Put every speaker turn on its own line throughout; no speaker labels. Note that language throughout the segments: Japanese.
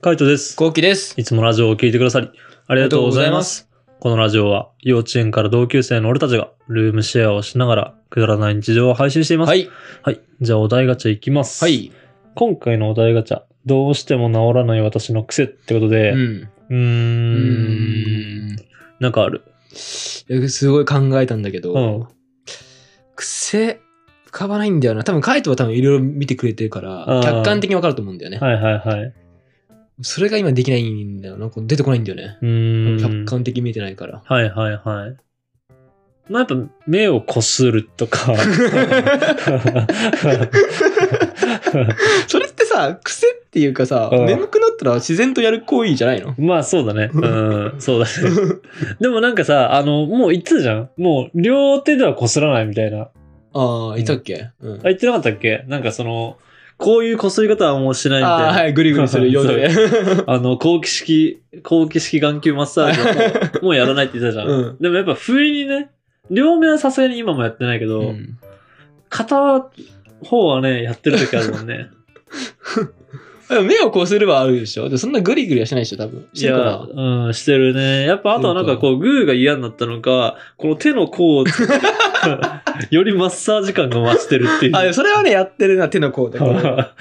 カイトです。
こうきです。
いつもラジオを聞いてくださり、ありがとうございます。このラジオは、幼稚園から同級生の俺たちが、ルームシェアをしながら、くだらない日常を配信しています。。
はいい。
はい。じゃあ、お題ガチャいきます。
は。い。
今回のお題ガチャ、どうしても治らない私の癖ってことで、
う。
うんー、
うん
ん
ん。
なんかある。
えすごい考えたんだけど、
うん。
癖、浮かばないんだよな。多分、カイトは多分いろいろ見てくれてるから
あー、
客観的にわかると思うんだよね。
はいはいはい。
それが今できないんだよな。こう出てこないんだよね。
うー
客
ん。
観的に見えてないから。
はいはいはい。まあやっぱ目をこすると か。
それってさ、癖っていうかさ、
うん
眠くなったら自然とやる行為じゃないの
まあそうだ ね。うん、そうだね。でもなんかさ、あの、もう言ってたじゃんもう両手ではこすらないみたいな。あ、
ああ、いたっけ、うん
言ってなかったっけなんかその、こういうこすり方はもうしないみたい
ああ、
な。
はい、ぐりぐりす るようで。
あの、後期式、後期式眼球マッサージはも うもうやらないって言ってたじゃん。
うん
でもやっぱ不意にね、両目はさすがに今もやってないけど、
うん
片方はね、やってる時あるもんね。
でも目をこうすればあるでしょでそんなグリグリはしないでしょ多分。
い
してる
や、
かな
うん、してるね。やっぱあとはなんかこう、グーが嫌になったのか、この手の甲を、 よりマッサージ感が増してるっていう。
あ、でもそれはね、やってるな、手の甲で。こう
だ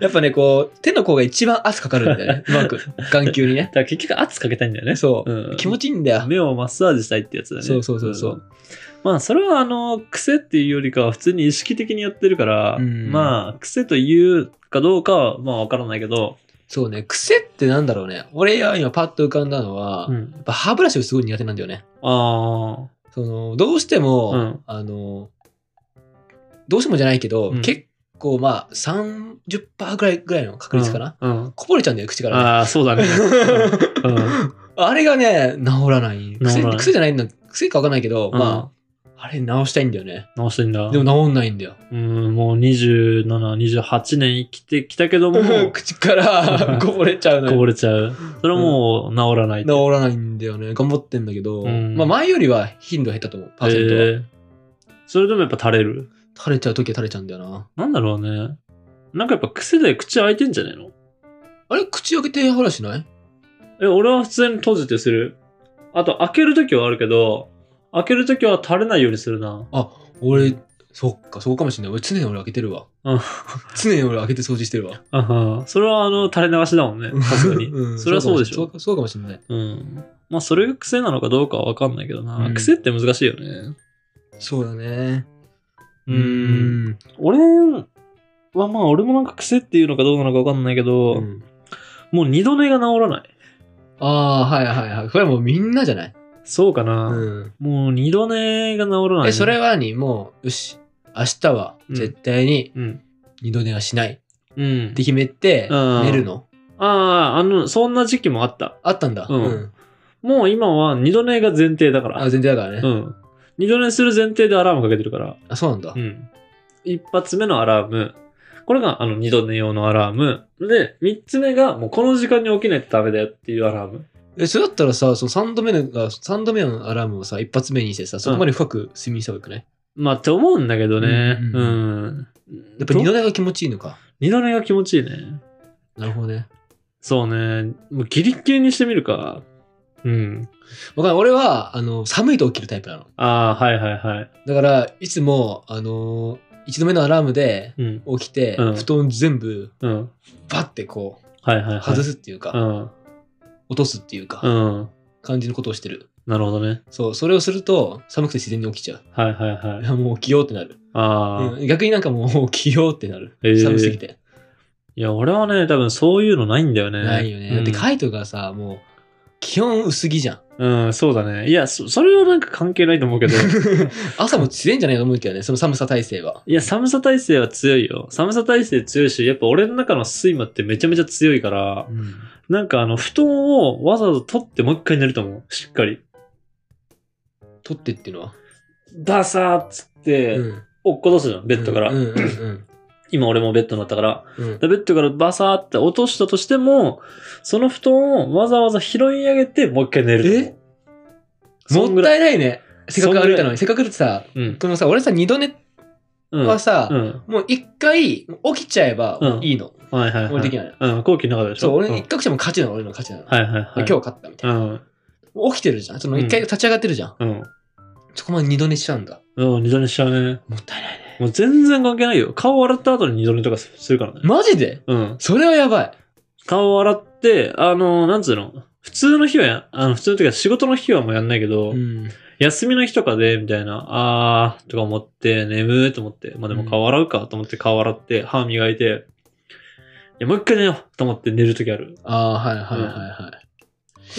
やっぱね、こう、手の甲が一番圧かかるん だよね。うまく。眼球にね。
から結局圧かけたいんだよね。
そう。
うん
気持ちいいんだよ。
目をマッサージしたいってやつだね。
そうそうそうそうん
まあ、それはあの、癖っていうよりかは普通に意識的にやってるから、
うん
まあ、癖というかどうかは、まあわからないけど、
そうね。癖ってなんだろうね。俺が今パッと浮かんだのは、
う
や
ん
っぱ歯ブラシをすごい苦手なんだよね。
あ
その、どうしても、
うん
あの、どうしてもじゃないけど、
うん
結構まあ、30%ぐらいぐらいの
あ。
確率かな。
うん。うん
こぼれちゃうんだよ、口からね。
ああ、そう だね。うんうん
あれがね、治らない。
らない
癖癖じゃないんだ。癖かわかんないけど、
ま
まあ、あれ治したいんだよね。
あ、直してんだ。
でも治んないんだよ。
うん、もう27、28年生きてきたけど も、 こ
口から こぼれちゃうの
ぼ
よ。
れちゃう。それはもう治らないと。
治らないんだよね。頑張ってんだけど、
うん
まあ前よりは頻度減ったと思う、パーセントは。
えーそれでもやっぱ垂れる。
垂れちゃう時は垂れちゃうんだよな。
なんだろうね。なんかやっぱ癖で口開いてんじゃねえの
あれ口開けて歯らしない
え、俺は普通に閉じてする。あと、開けるときはあるけど、開けるときは垂れないようにするな。
あ、俺、そっか、そうかもしれない。俺常に俺開けてるわ。
うん
常に俺開けて掃除してるわ。
うんそれはあの、垂れ流しだもんね。確かに。
うん
それはそうでし
そ
ょ
う。かそうかもしれない。
うん。まあ、それが癖なのかどうかはわかんないけどな。
うん
癖って難しいよね。
そうだね。
う。俺はまあ俺もなんか癖っていうのかどうなのかわかんないけど、
うん
もう二度寝が治らない
ああ、はいはいはい。これはもうみんなじゃない、
そうかな、
うん、
もう二度寝が治らない、
え、それは何もう、よし、明日は絶対に
うん
二度寝はしないっ
うん
て決めて
うん
寝るの、
あああのそんな時期もあった
あったんだ。
うんもう今は二度寝が前提だか
あ、
ら
全然だからね。
うん二度寝する前提でアラームかけてるから
あ、そうなんだ。
うん一発目のアラームこれがあの二度寝用のアラームで三つ目がもうこの時間に起きないとダメだよっていうアラーム
え、それだったらさ、その3度目のが、三度目のアラームをさ、一発目にしてさ、そこまで深く睡眠した方がよくない、
まあって思うんだけどね
うん
う
うんん、やっぱ二度寝が気持ちいいのか。
二度寝が気持ちいいね。
なるほどね。
そうね。もうギリッギリにしてみるか。うん。
わかんない。俺は、あの、寒いと起きるタイプなの。
ああ、はいはいはい。
だから、いつも、あのー、一度目のアラームで
うん。
起きて、
うん
布団全部、
うん。
バッてこ
はいはいは
う、
い。
外すっていうか、
うん。
落とすっていうか、
うん。
感じのことをしてる。
なるほどね。
そう、それをすると寒くて自然に起きちゃう。
はいはいはい
い。やもう起きようってなる。
ああ、
うん逆になんかもう起きようってなる。
へー
寒すぎて。
いや、俺はね、多分そういうのないんだよね。
ないよね。
うん
だってカイトがさ、もう、基本薄着じ ゃん。
うん、そうだね。いや、そそれはなんか関係ないと思う けど。
朝も自然じゃないと思うけどね、その寒さ体制は。
いや、寒さ耐性は強いよ。寒さ耐性強いし、やっぱ俺の中の睡魔ってめちゃめちゃ強いから、なんかあの、布団をわざわざ取ってもう一回寝ると思う。しっかり。
取ってっていうのは。
バサーっつって、
うん
落っことすじゃん、ベッドから。
うんうんうん
今俺もベッドになったから。
うん。
でベッドからバサーって落としたとしても、その布団をわざわざ拾い上げて、もう一回寝ると思う。
もっ
い。
たいないね。せっかく歩い
そんぐ
たの
ら
に。せっかくってさ、
うん。
このさ、俺さ、二度寝
うん。
はさ、
うん。
もう一回起きちゃえばもういいの。
はいはい、はい。
俺できないの
うん、後期の中でしょ
そう、俺に
ん
一回来ても勝ちなの、俺の勝ちなの。
はいはいはい。
今日勝ったみたいな。
うん。
もう起きてるじゃん。その一回立ち上がってるじゃん。
うん。
そこまで二度寝しちゃうんだ。
うん、二度寝しちゃうね。
もったいないね。
もう全然関係ないよ。顔洗った後に二度寝とかするからね。
マジで
うん。
それはやばい。
顔洗って、あの、なんつうの普通の日はや、あの、普通の時は仕事の日はもうやんないけど、
うん。
休みの日とかで、みたいな、あー、とか思って、眠ーと思って、まあでも顔洗うかと思って顔洗って、歯磨いて、いや、もう一回寝ようと思って寝る時ある。
ああ、はいはいはいは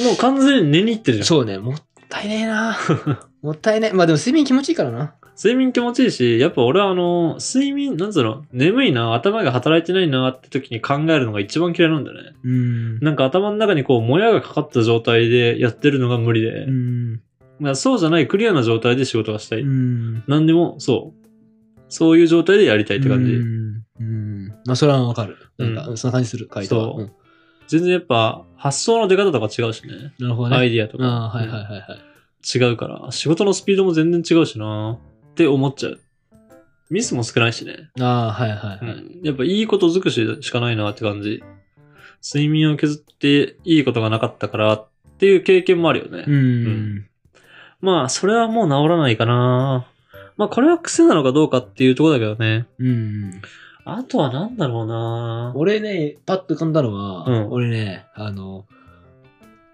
もう完全に寝に行ってる
い。
じゃん。
そうね、もったいねえな。 もったいねえ。まあでも睡眠気持ちいいからな。
睡眠気持ちいいし、やっぱ俺はあの、睡眠、なんつうの眠いな、頭が働いてないなって時に考えるのが一番嫌いなんだよね。
うん。
なんか頭の中にこう、もやがかかった状態でやってるのが無理で
う、ん。
まあそうじゃないクリアな状態で仕事がしたい。
うん。
なんでも、そう。そういう状態でやりたいって感じ。
うん。うん。まあそれはわかる。なん
う
か、そんな感じする、回答は。
そう
うん
全然やっぱ、発想の出方とか違うしね。
なるほどね。
アイディアとか
ああ、はいはいはいはい。
違うから、仕事のスピードも全然違うしなって思っちゃう。ミスも少ないしね。
ああ、はいはいはい。
やっぱいいこと尽くししかないなって感じ。睡眠を削っていいことがなかったからっていう経験もあるよね。
うん。
まあ、それはもう治らないかな。まあ、これは癖なのかどうかっていうところだけどね。
うん。
あとはなんだろうな。
俺ね、パッと浮かんだのは、
うん
俺ね、あの、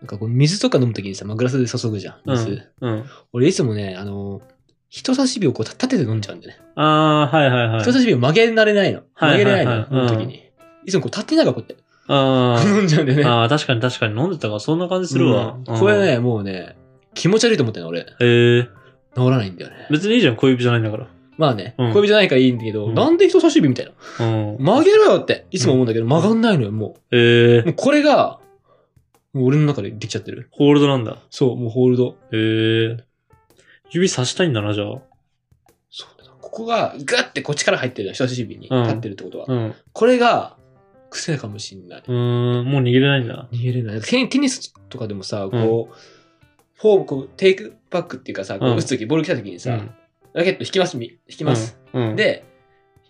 なんかこう水とか飲むときにさ、まあ、グラスで注ぐじゃん、
う
水。
ん。うん。
俺いつもね、あの、人差し指をこう立てて飲んじゃうんだよね。
ああ、はいはいはい
人。差し指を曲げられないの。
は
曲
い
げ
は
れ
い
な
はい
いの、飲むときに。いつもこう立てながらこうやって
あー
飲んじゃうんだよね。
あー、確かに確かに飲んでたからそんな感じするわ
うん。
うん
これ。ね、もうね、気持ち悪いと思ってんの俺。治
へえ。
らないんだよね。
別にいいじゃん、小指じゃないんだから。
まあね、
うん
小指じゃないからいいんだけど、
うん
なんで人差し指みたいな。
うん。
曲げろよって、いつも思うんだけど、曲がんないのよ、も
へえ
う。も。うこれが、もう俺の中でできちゃってる。
ホールドなんだ。
そう、もうホールド。
へえ。指さしたいんだな、じゃあ。
そうだここがグッてこっちから入ってる人差し指に
うん
立ってるってことは、
うん。う
これが癖かもしんない
ーん、もう逃げれないんだ。
逃げれないテニテニスとかでもさこう、フォームこうテイクバックっていうかさこう
うん
打つ時、ボール来た時にさ、
うん
ラケット引きますみ引きます、。
うん。
で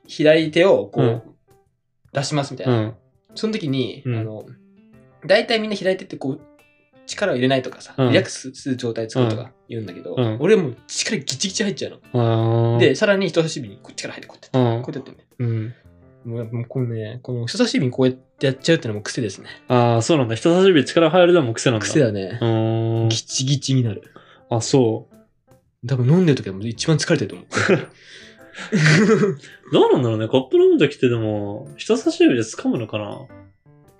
左手をこう、
うん
出しますみたいうな、
ん。
その時に、
うん
あの大体みんな左手ってこう力を入れないとかさ、
うん
リラックスする状態作るとか言うんだけど、
うん
俺はもう力ギチギチ入っちゃうの、
あー
で、さらに人差し指にこっちから入ってこうや
う
って
ん
こ。うやってやってね
うん。
もうやっぱもうこのね、この人差し指にこうやってやっちゃうってのも癖ですね。
ああ、そうなんだ。人差し指力入るのも癖なんだ。
癖
だ。
だね
う。ーん。
ギチギチになる。
あ、そう。
多分飲んでる時はもう一番疲れてると思う。
どうなんだろうね。コップ飲むときってでも、人差し指で掴むのかな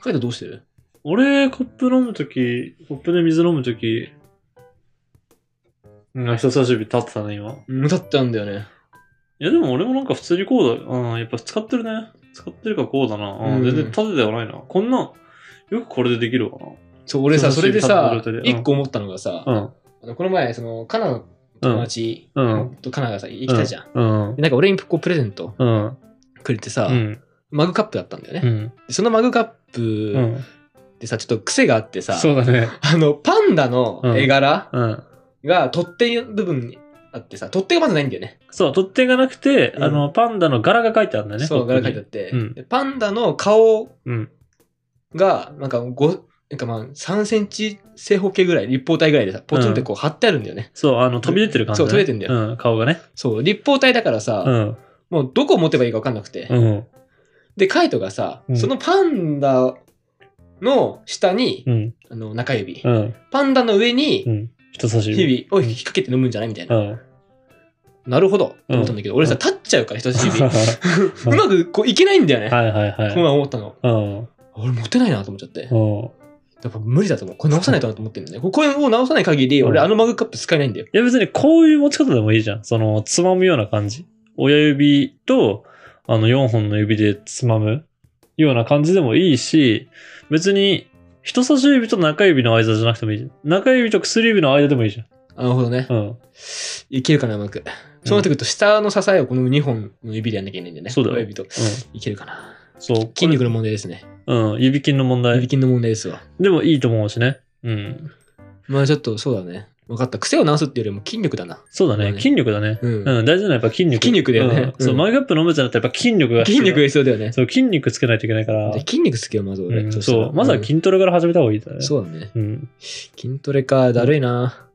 カイトどうしてる
俺、コップ飲むとき、コップで水飲むとき、うん、人差し指立ってたね、今。
だってあんだよね。
いや、でも俺もなんか普通にこうだ。うん、やっぱ使ってるね。使ってるからこうだな。うん、
うん
全然縦ではないな。こんな、よくこれでできるわ
そう、俺さ、
人
そ
差
れ
し
で
指
さ
立ってる状態、でうん
一個思ったのがさ、
な。
あのこの前、その、カナの
うん。
友達
うん
とカナがさ、行きたいじゃん。
うん。
でなんか俺にこうプレゼント
うん。
くれてさ
う、ん。
マグカップだったんだよ
う
ね。
ん。
でそのマグカッ
う
プ
ん。
でさ、ちょっと癖があってさ、
そうだね。
あの、パンダの絵柄
うん。
が取っ手部分にあってさ、取っ手がまずないんだよね。
そう、取っ手がなくて、
うん
あの、パンダの柄が書いてあるんだよね。
そう、
コッ
柄
プ
書い
に
てあって、
うん
でパンダの顔
うん。
が、なんか5、なんかまあ3センチ正方形ぐらい、立方体ぐらいでさ、ポツンってこう貼ってあるんだよね。
そう、あの、飛び出てる感じ、ね。
そう飛び出てんだよ
うん、顔がね。
そう、立方体だからさ、
うん。
もうどこ持てばいいか分かんなくて。
うん。
で、カイトがさ、
うん
そのパンダの下に、
うん。
あの中指、
うん。
パンダの上に
うん。人差し指。
日々を引っ掛けて飲むんじゃないみたいな。
うん。
なるほど、と思ったんだけど、俺さ、
うん
立っちゃうから、人差し 指。う
は
まくこういけないんだよね。
いはいは
この
い。
前思ったの。
うん。
俺モテないなと思っちゃって。
うん。
やっぱ無理だと思う。これ直さないとなと思ってるんだね。ここれを直さない限り、俺
うん
あのマグカップ使えないんだよ。
いや別にこういう持ち方でもいいじゃん。その、つまむような感じ。親指と、あの、4本の指でつまむような感じでもいいし、別に、人差し指と中指の間じゃなくてもいいじゃん。中指と薬指の間でもいいじ
なるほどね
ゃ。ん。うん。
いけるかな、うまく。そうなってくると、下の支えをこの2本の指でやんなきゃいけないんだよね。
そうだよ
親指と。いけるかな。
うん。そう。
筋肉の問題ですね。
うん。指筋の問
指
題。
筋の問題ですわ。
でもいいと思うしね。うん。
まあちょっと、そうだね。分かった。癖を直すっていうよりも筋力だな。
そうだね。
そうだね
筋力だね。
うん。
うん、大事なのはやっぱ筋力。
筋肉だよね
うんそうう、
ん
マグカップ飲むじゃなくてやっぱ筋力が必
筋
要。
力が必要だよね。
そう、筋肉つけないといけないから。
で筋肉好きよ、まず俺。
うん
した
そ
ら
う、まずは
う
筋トレから始めた方がいいだね。
んそうだね。
うん。
筋トレか、だるいな。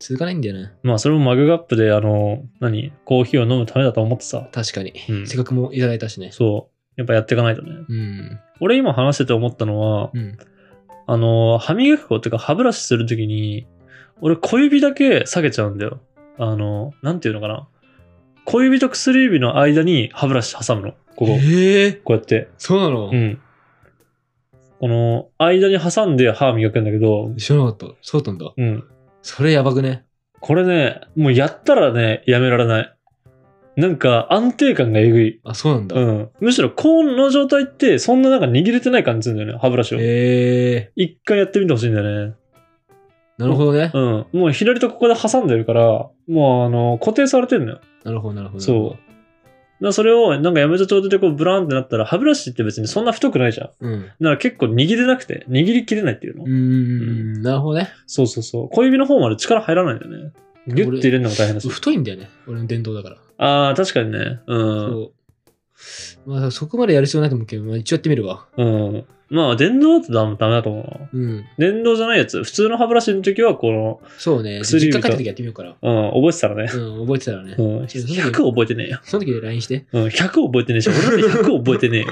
続かないんだよね。
まあ、それもマグカップで、あの、何コーヒーを飲むためだと思ってさ。
確かに
うん。
せっかくもいただいたしね。
そう。やっぱやっていかないとね。
うん。
俺今話してて思ったのは、
うん。
あの、歯磨き粉っていうか歯ブラシするときに、俺小指だけ下げちゃうんだよ。あの、なんていうのかな。小指と薬指の間に歯ブラシ挟むの。ここ。
ええ
こうやって。
そうなの
うん。この、間に挟んで歯磨くんだけど、
知らなかった。そうだったんだ。
うん。
それやばくね。
これね、もうやったらね、やめられない。なんか安定感がえぐい。
あ、そうなんだ。
うん。むしろ、この状態って、そんななんか握れてない感じするんだよね、歯ブラシを。
ええ
一回やってみてほしいんだよね。
なるほどね。
うん。もう左とここで挟んでるから、もうあの、固定されてるのよ。
なるほど、なるほど。
そう。だからそれを、なんかやめた状態でこう、ブラーンってなったら、歯ブラシって別にそんな太くないじゃん。だか
う。うん。
ら結構握れなくて、握りきれないっていうの。
うーん、なるほどね。
そうそうそう。小指の方まで力入らないんだよね。ギュッて入れるのも大変だし。
太いんだよね。俺の伝統だから。
ああ、確かにね。うん。
そう。まあ、そこまでやる必要ないと思うけど、まあ、一応やってみるわ。
うん。まあ、電動だとダメだと思うな。
うん。
電動じゃないやつ。普通の歯ブラシの時は、この、
そうね。
薬
実
指と
家帰った時やってみようから。
うん、覚えてたらね。
うん、覚えてたらね
う。ん、100覚えてねえよ。
その時で LINE して。
うん、100覚えてねえし、俺だって100覚えてねえよ。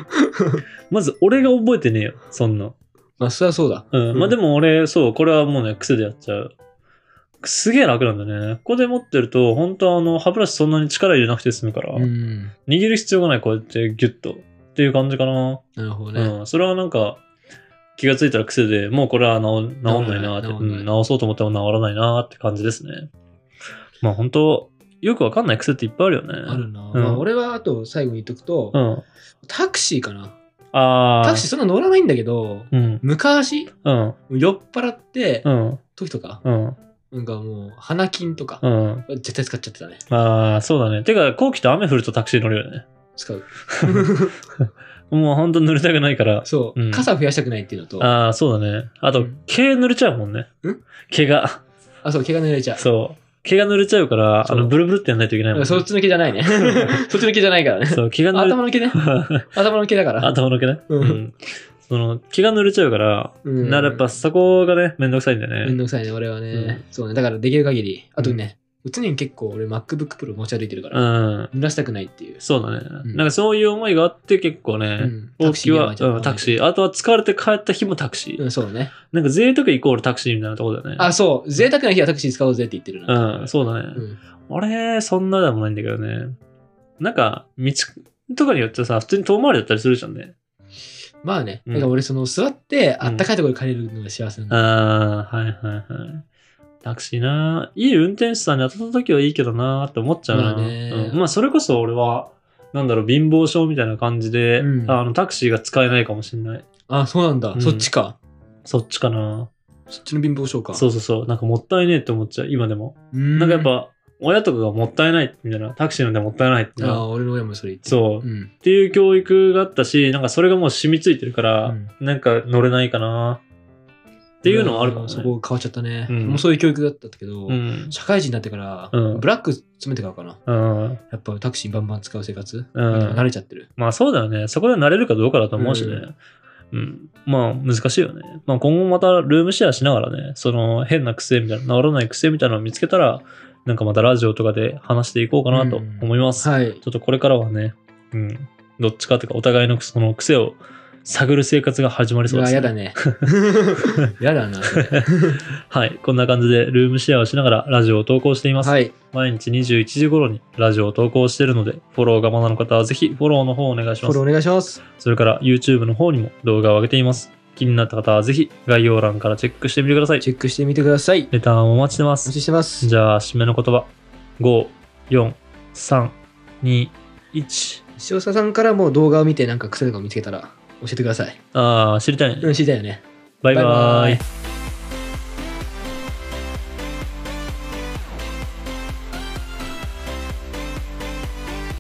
まず、俺が覚えてねえよ、そんな。
まあ、それはそうだ。
うん、まあでも俺、そう、これはもうね、癖でやっちゃう。すげえ楽なんだね。ここで持ってると、本当あの、歯ブラシそんなに力入れなくて済むから、
うん。
握る必要がない、こうやってギュッと。っていう感じかな。
なるほどね。
うん、それはなんか気がついたら癖でもうこれは治治んないなって
治
治,、
んな
う
い治んない
ん、治そうと思っても治らないなって感じですねまあ本当よくわかんない癖っていっぱいあるよね
あるな。
うん
まあ、俺は、あと、最後に言っとくと
う、ん
タクシーかな。
ああ
タクシーそんな乗らないんだけど、
うん
昔、
うん
酔っ払って
う、ん
時とか、
うん
なんかもう、鼻筋とか
う、ん
絶対使っちゃってたね。
ああそうだねてか後期と雨降るとタクシー乗るよね
使う。
もう本当濡れたくないから
そう、
うん
傘増やしたくないっていうのと、あ
ああそうだねあ
う
と
ん
毛濡れちゃうもんね
ん
毛が
そう、毛が濡れちゃう。
そう毛が濡れちゃうからあ
そう
のブルブルってやんないといけない
だ
もん、
から
ね、
そっちの毛じゃないね。そっちの毛じゃないからね。
そう毛が濡れ
頭の毛ね。 頭の毛だから。
頭の毛ね。
うん
うん。その、毛が濡れちゃうから、
うん
ならやっぱそこがね、めんどくさいんだ
めん
よね。
どくさいね、俺はね、
うん
そうね、だからできる限り。あとね、常に結構俺 MacBook Pro 持ち歩いてるか
う
ら、
ん。
濡らしたくないっていう。
そうだね。
うん
なんかそういう思いがあって結構
う
ね、
ん
大きいは、うん、タ
タ
ク
ク
シ
シー
ー。あとは疲れて帰った日もタクシ
う
ー。
ん、そうね。
なんか贅沢イコールタクシーみたいなところだよね。
あ、そう。贅沢な日はタクシー使おうぜって言ってるな。
うん、そうだね。
うん。
あれ、そんなでもないんだけどね。なんか、道とかによってさ、普通に遠回りだったりするじゃんね。
まあね、
うん
だから俺その座って
うん
あったかいところで借りるのが幸せなんだ。
ああ、はいはいはい。タクシーな、いい運転手さんに当たった時はいいけどなーって思っちゃうな。
まあね
うんまあそれこそ俺は、なんだろう、貧乏症みたいな感じで、
うん
あのタクシーが使えないかもしれない。
あ、そうなんだ、
うん
そっちか。
そっちかな。
そっちの貧乏症か。
そうそうそう。なんかもったいねえって思っちゃう、今でも。
うん
なんかやっぱ、親とかがもったいないみたいな、タクシーなんてもったいないって
あ
な
あ、俺の親もそれ言ってる。
そう、っ
うん。
ていう教育があったし、なんかそれがもう染みついてるから、
うん
なんか乗れないかなっていうのはあるかも
うん
ね。
そこ変わっちゃったね。
うん
もうそういう教育だったけど、
うん。
社会人になってから、
うん
ブラック詰めてからかな。
うん。
やっぱタクシーバンバン使う生活、
うん
慣れちゃってる。
まあそうだよね。そこで慣れるかどうかだと思うしね。うん。まあ難しいよね。まあ今後またルームシェアしながらね、その変な癖みたいな、治らない癖みたいなのを見つけたら、なんかまたラジオとかで話していこうかなと
うん
思います。
はい
ち。ょっとこれからはね、うん。どっちかというかお互いのその癖を探る生活が始まり
う
そうで
わ、
す、
や だね。やだな、それ。
はい。こんな感じでルームシェアをしながらラジオを投稿しています。
はい。
毎日21時頃にラジオを投稿しているので、フォローがまだの方はぜひフォローの方をお願いし
フ
ま
ォ
す
ロー。お願いします。
それから YouTube の方にも動画を上げています。気になった方はぜひ概要欄からチェックしてみてください。
チェックしてみてください。
レターンお待ちしてま
お待
す。
ちしてます。
じゃあ、締めの言葉。5、4、3、2、1。
塩沢さんからも動画を見てなんか癖とか見つけたら教えてください。
ああ、知りたいね。
うん、知りたいよね。
バイバ
バイバ
イ
イ。